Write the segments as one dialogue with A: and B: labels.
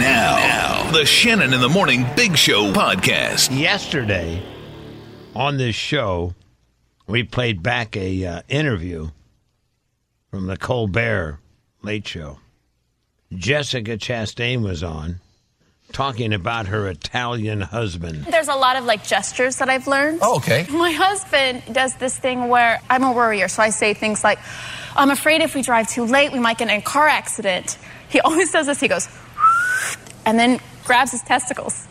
A: Now, the Shannon in the Morning Big Show podcast.
B: yesterday on this show, we played back a uh, interview from the Colbert Late Show. Jessica Chastain was on talking about her Italian husband.
C: There's a lot of like gestures that I've learned.
A: Oh, okay.
C: My husband does this thing where I'm a worrier, so I say things like, I'm afraid if we drive too late, we might get in a car accident. He always does this. He goes, and then grabs his testicles.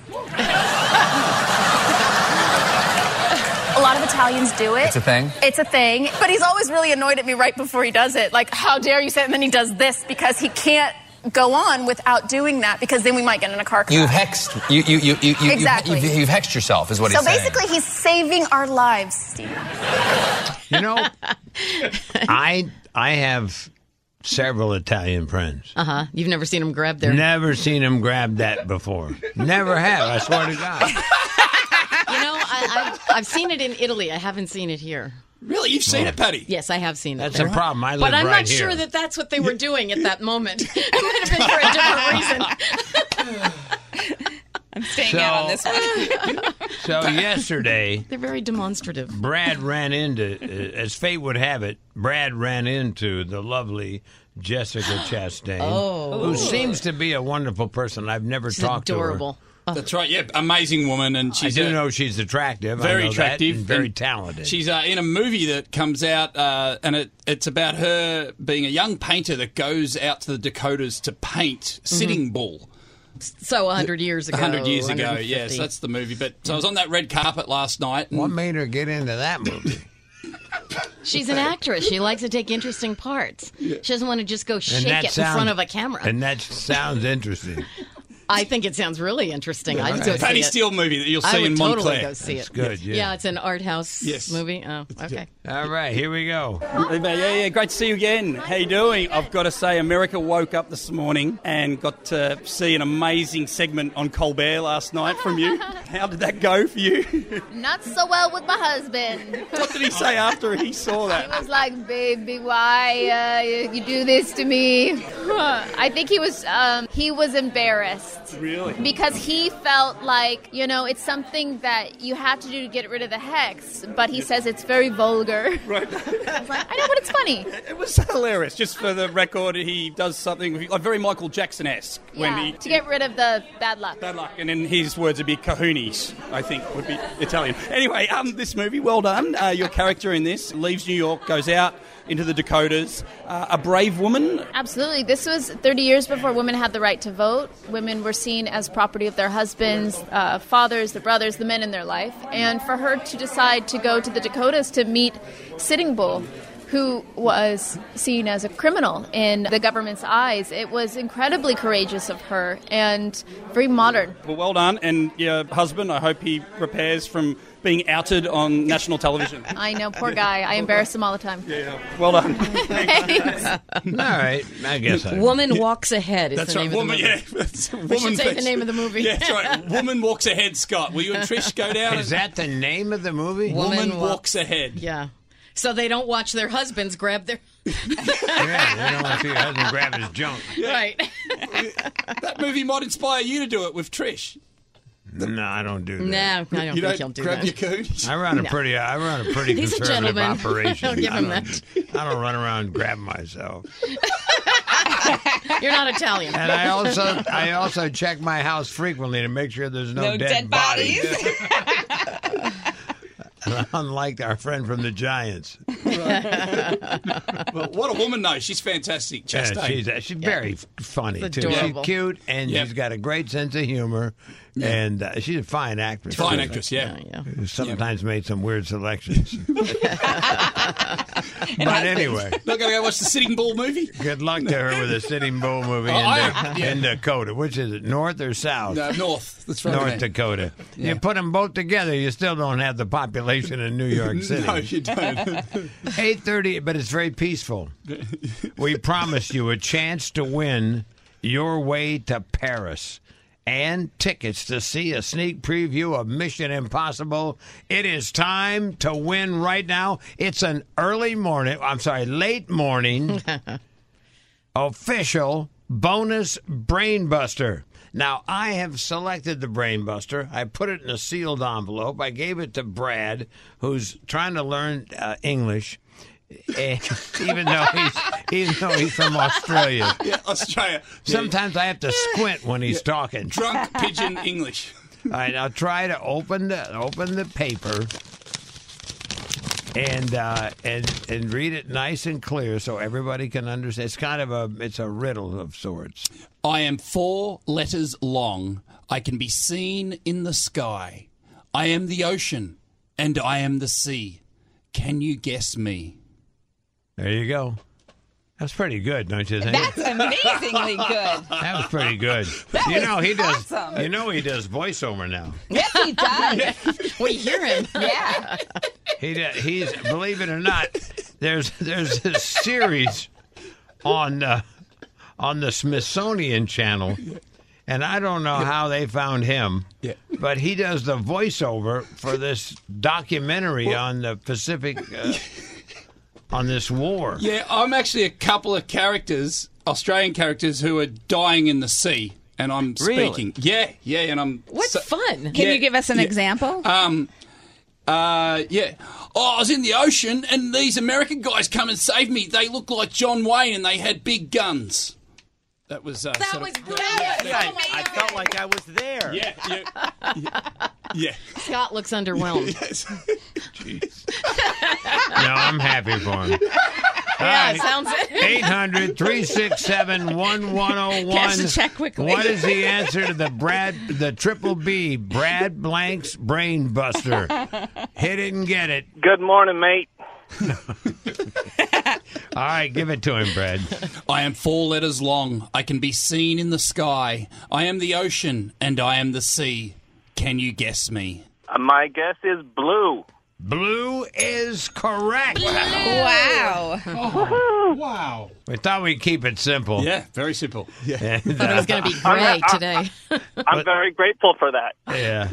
C: a lot of Italians do it.
D: It's a thing?
C: It's a thing. But he's always really annoyed at me right before he does it. Like, how dare you say it? And then he does this because he can't go on without doing that because then we might get in a car crash.
D: You've hexed. You, you, you, you, you
C: Exactly.
D: You've, you've, you've hexed yourself, is what
C: So
D: he's saying.
C: basically, he's saving our lives, Steve.
B: You know, I I have several Italian friends.
E: Uh-huh. You've never seen them grab their.
B: Never seen him grab that before. Never have. I swear to God.
E: You know, I, I've, I've seen it in Italy. I haven't seen it here.
F: Really? You've seen it, Petty?
E: Yes, I have seen it.
B: That's
E: there.
B: a problem. I live
E: But I'm
B: right
E: not
B: here.
E: sure that that's what they were doing at that moment. It might have been for a different reason.
G: Staying out on this one.
B: so yesterday.
E: They're very demonstrative.
B: Brad ran into, uh, as fate would have it, Brad ran into the lovely Jessica Chastain, who seems to be a wonderful person. I've never
E: Oh. She's
B: talked
E: adorable.
F: That's right. Yeah, amazing woman, and
B: to her. I
F: she's
B: do
F: a-
B: know she's attractive, I
F: very
B: know that,
F: attractive,
B: and very
F: and
B: talented.
F: She's uh, in a movie that comes out, uh, and it, it's about her being a young painter that goes out to the Dakotas to paint sitting bull.
E: So 100 Mm-hmm. years ago.
F: 100 years ago,
E: 150.
F: yes, that's the movie. But so I was
E: Mm.
F: on that red carpet last night. and-
B: what made her get into that movie?
E: She's an actress. She likes to take interesting parts. She doesn't want to just go shake it in front of a camera.
B: And that sounds interesting.
E: I think it sounds really interesting. I'd go see
F: Patty
E: it.
F: Steele movie that you'll see
E: I would
F: in
E: totally
F: Montclair.
E: go see
B: That's
E: it.
B: good, yeah.
E: it's an art house
F: Yes.
E: movie. Oh, okay.
B: All right, here we go.
H: Hey, mate. Yeah, yeah, great to see you again. How you doing? I've got to say, America woke up this morning and got to see an amazing segment on Colbert last night from you. How did that go for you?
C: Not so well with my husband.
H: what did he say after he saw that?
C: was like, baby, why uh, you do this to me? I think he was um, he was embarrassed
H: Really?
C: because he felt like you know it's something that you have to do to get rid of the hex, but he says it's very vulgar.
H: Right.
C: I was like, I know, but it's funny.
H: It was hilarious. Just for the record, he does something like very Michael Jackson esque when
C: yeah,
H: he.
C: to get rid of the bad luck.
H: Bad luck, and in his words, would be "cahoonies." I think would be Italian. Anyway, um, this movie, well done. Uh, your character in this leaves New York, goes out into the Dakotas. Uh, a brave woman,
C: Absolutely. This was 30 years before women had the right to vote. Women were seen as property of their husbands, uh, fathers, their brothers, the men in their life. And for her to decide to go to the Dakotas to meet Sitting Bull, who was seen as a criminal in the government's eyes, it was incredibly courageous of her and very modern.
H: Well, well done, and your husband. I hope he repairs from being outed on national television.
C: I know, poor guy. I embarrass him all the time.
H: Yeah, well done.
B: All right, I guess I.
E: Woman walks ahead. Is
F: That's
E: the
F: right,
E: name
F: woman.
E: Of the
F: Yeah,
E: movie.
F: that's woman.
E: should say the name of the movie.
F: Yeah, that's right. Woman walks ahead. Scott, will you and Trish go down?
B: Is
F: and-
B: that the name of the movie?
F: woman
E: Woman Walk-
F: walks ahead?
E: Yeah. So they don't watch their husbands grab their
B: yeah, they don't want to see your husband grab his junk.
E: right.
F: That movie might inspire you to do it with Trish.
B: No, I don't do that.
E: no, I don't think
F: you don't
E: he'll do
F: grab
E: that.
F: your coons.
B: I run a
E: No.
B: pretty I run a pretty
E: He's a
B: conservative
E: gentleman.
B: operation.
E: I'll give him
B: I don't, I don't run around and grab myself.
E: You're not Italian.
B: And I also I also check my house frequently to make sure there's no,
G: No dead bodies.
B: Unlike our friend from the Giants.
F: But what a woman, though. She's fantastic. Chastain.
B: Yeah, she's uh, she's very f- funny
E: It's
B: too.
E: adorable.
B: She's cute and
F: Yep.
B: she's got a great sense of humor, and uh, she's a fine actress.
F: Fine
B: too.
F: actress, yeah.
E: Yeah.
B: Who Sometimes made some weird selections. but anyway,
F: Not going to go watch the Sitting Bull movie?
B: good luck to her with a Sitting Bull movie
F: Oh,
B: in,
F: I-
B: Da- in Dakota. Which is it, North or South?
F: No, North. That's right.
B: Oh. North Dakota. You put them both together, you still don't have the population in New York City.
F: No, you don't.
B: Eight thirty, but it's very peaceful. we promised you a chance to win your way to Paris and tickets to see a sneak preview of Mission Impossible. It is time to win right now. It's an early morning. I'm sorry, late morning. official bonus brainbuster. Now, I have selected the brainbuster. I put it in a sealed envelope. I gave it to Brad, who's trying to learn uh, English, eh, even though he's even though he's from Australia.
F: Yeah, Australia. Yeah,
B: Sometimes I have to squint when he's talking.
F: Drunk pigeon English.
B: All right, I'll try to open the open the paper and uh, and and read it nice and clear so everybody can understand. It's kind of a it's a riddle of sorts.
F: I am four letters long. I can be seen in the sky. I am the ocean, and I am the sea. Can you guess me?
B: There you go. That's pretty good, don't you think?
G: That's amazingly good.
B: that was pretty good. you
G: was
B: know he does.
G: awesome.
B: You know he does voiceover now.
G: Yes, he does.
E: We hear him.
G: Yeah.
B: He does, he's believe it or not. There's there's this series on uh, on the Smithsonian Channel, and I don't know how they found him.
F: Yeah.
B: But he does the voiceover for this documentary on the Pacific. Uh, on this war.
F: Yeah, I'm actually a couple of characters, Australian characters, who are dying in the sea, and I'm
I: Really?
F: speaking. Yeah, yeah, and I'm.
E: What's
F: so-
E: fun?
G: Can
F: Yeah,
G: you give us an
F: yeah.
G: example?
F: Um, uh, yeah. Oh, I was in the ocean, and these American guys come and save me. They look like John Wayne, and they had big guns. That was. Uh,
E: That
F: sort
E: was
F: of-
E: brilliant.
G: Oh
F: Yeah,
I: I felt like I was there.
F: yeah, yeah, yeah.
E: Scott looks underwhelmed.
B: No, I'm happy for him.
E: yeah, sounds it.
B: 800 367
G: Cash the check quickly.
B: oh What is the answer to the Brad, the triple B, Brad Blank's brain buster? Hit it and get it.
J: Good morning, mate.
B: All right, give it to him, Brad.
F: I am four letters long. I can be seen in the sky. I am the ocean, and I am the sea. Can you guess me?
J: Uh, My guess is blue.
B: Blue is correct.
G: wow. Oh.
F: Wow.
B: We thought we'd keep it simple.
F: Yeah, very simple. Yeah.
B: And,
E: Thought it
B: uh,
E: was going to be gray today.
J: I'm very grateful for that.
B: yeah.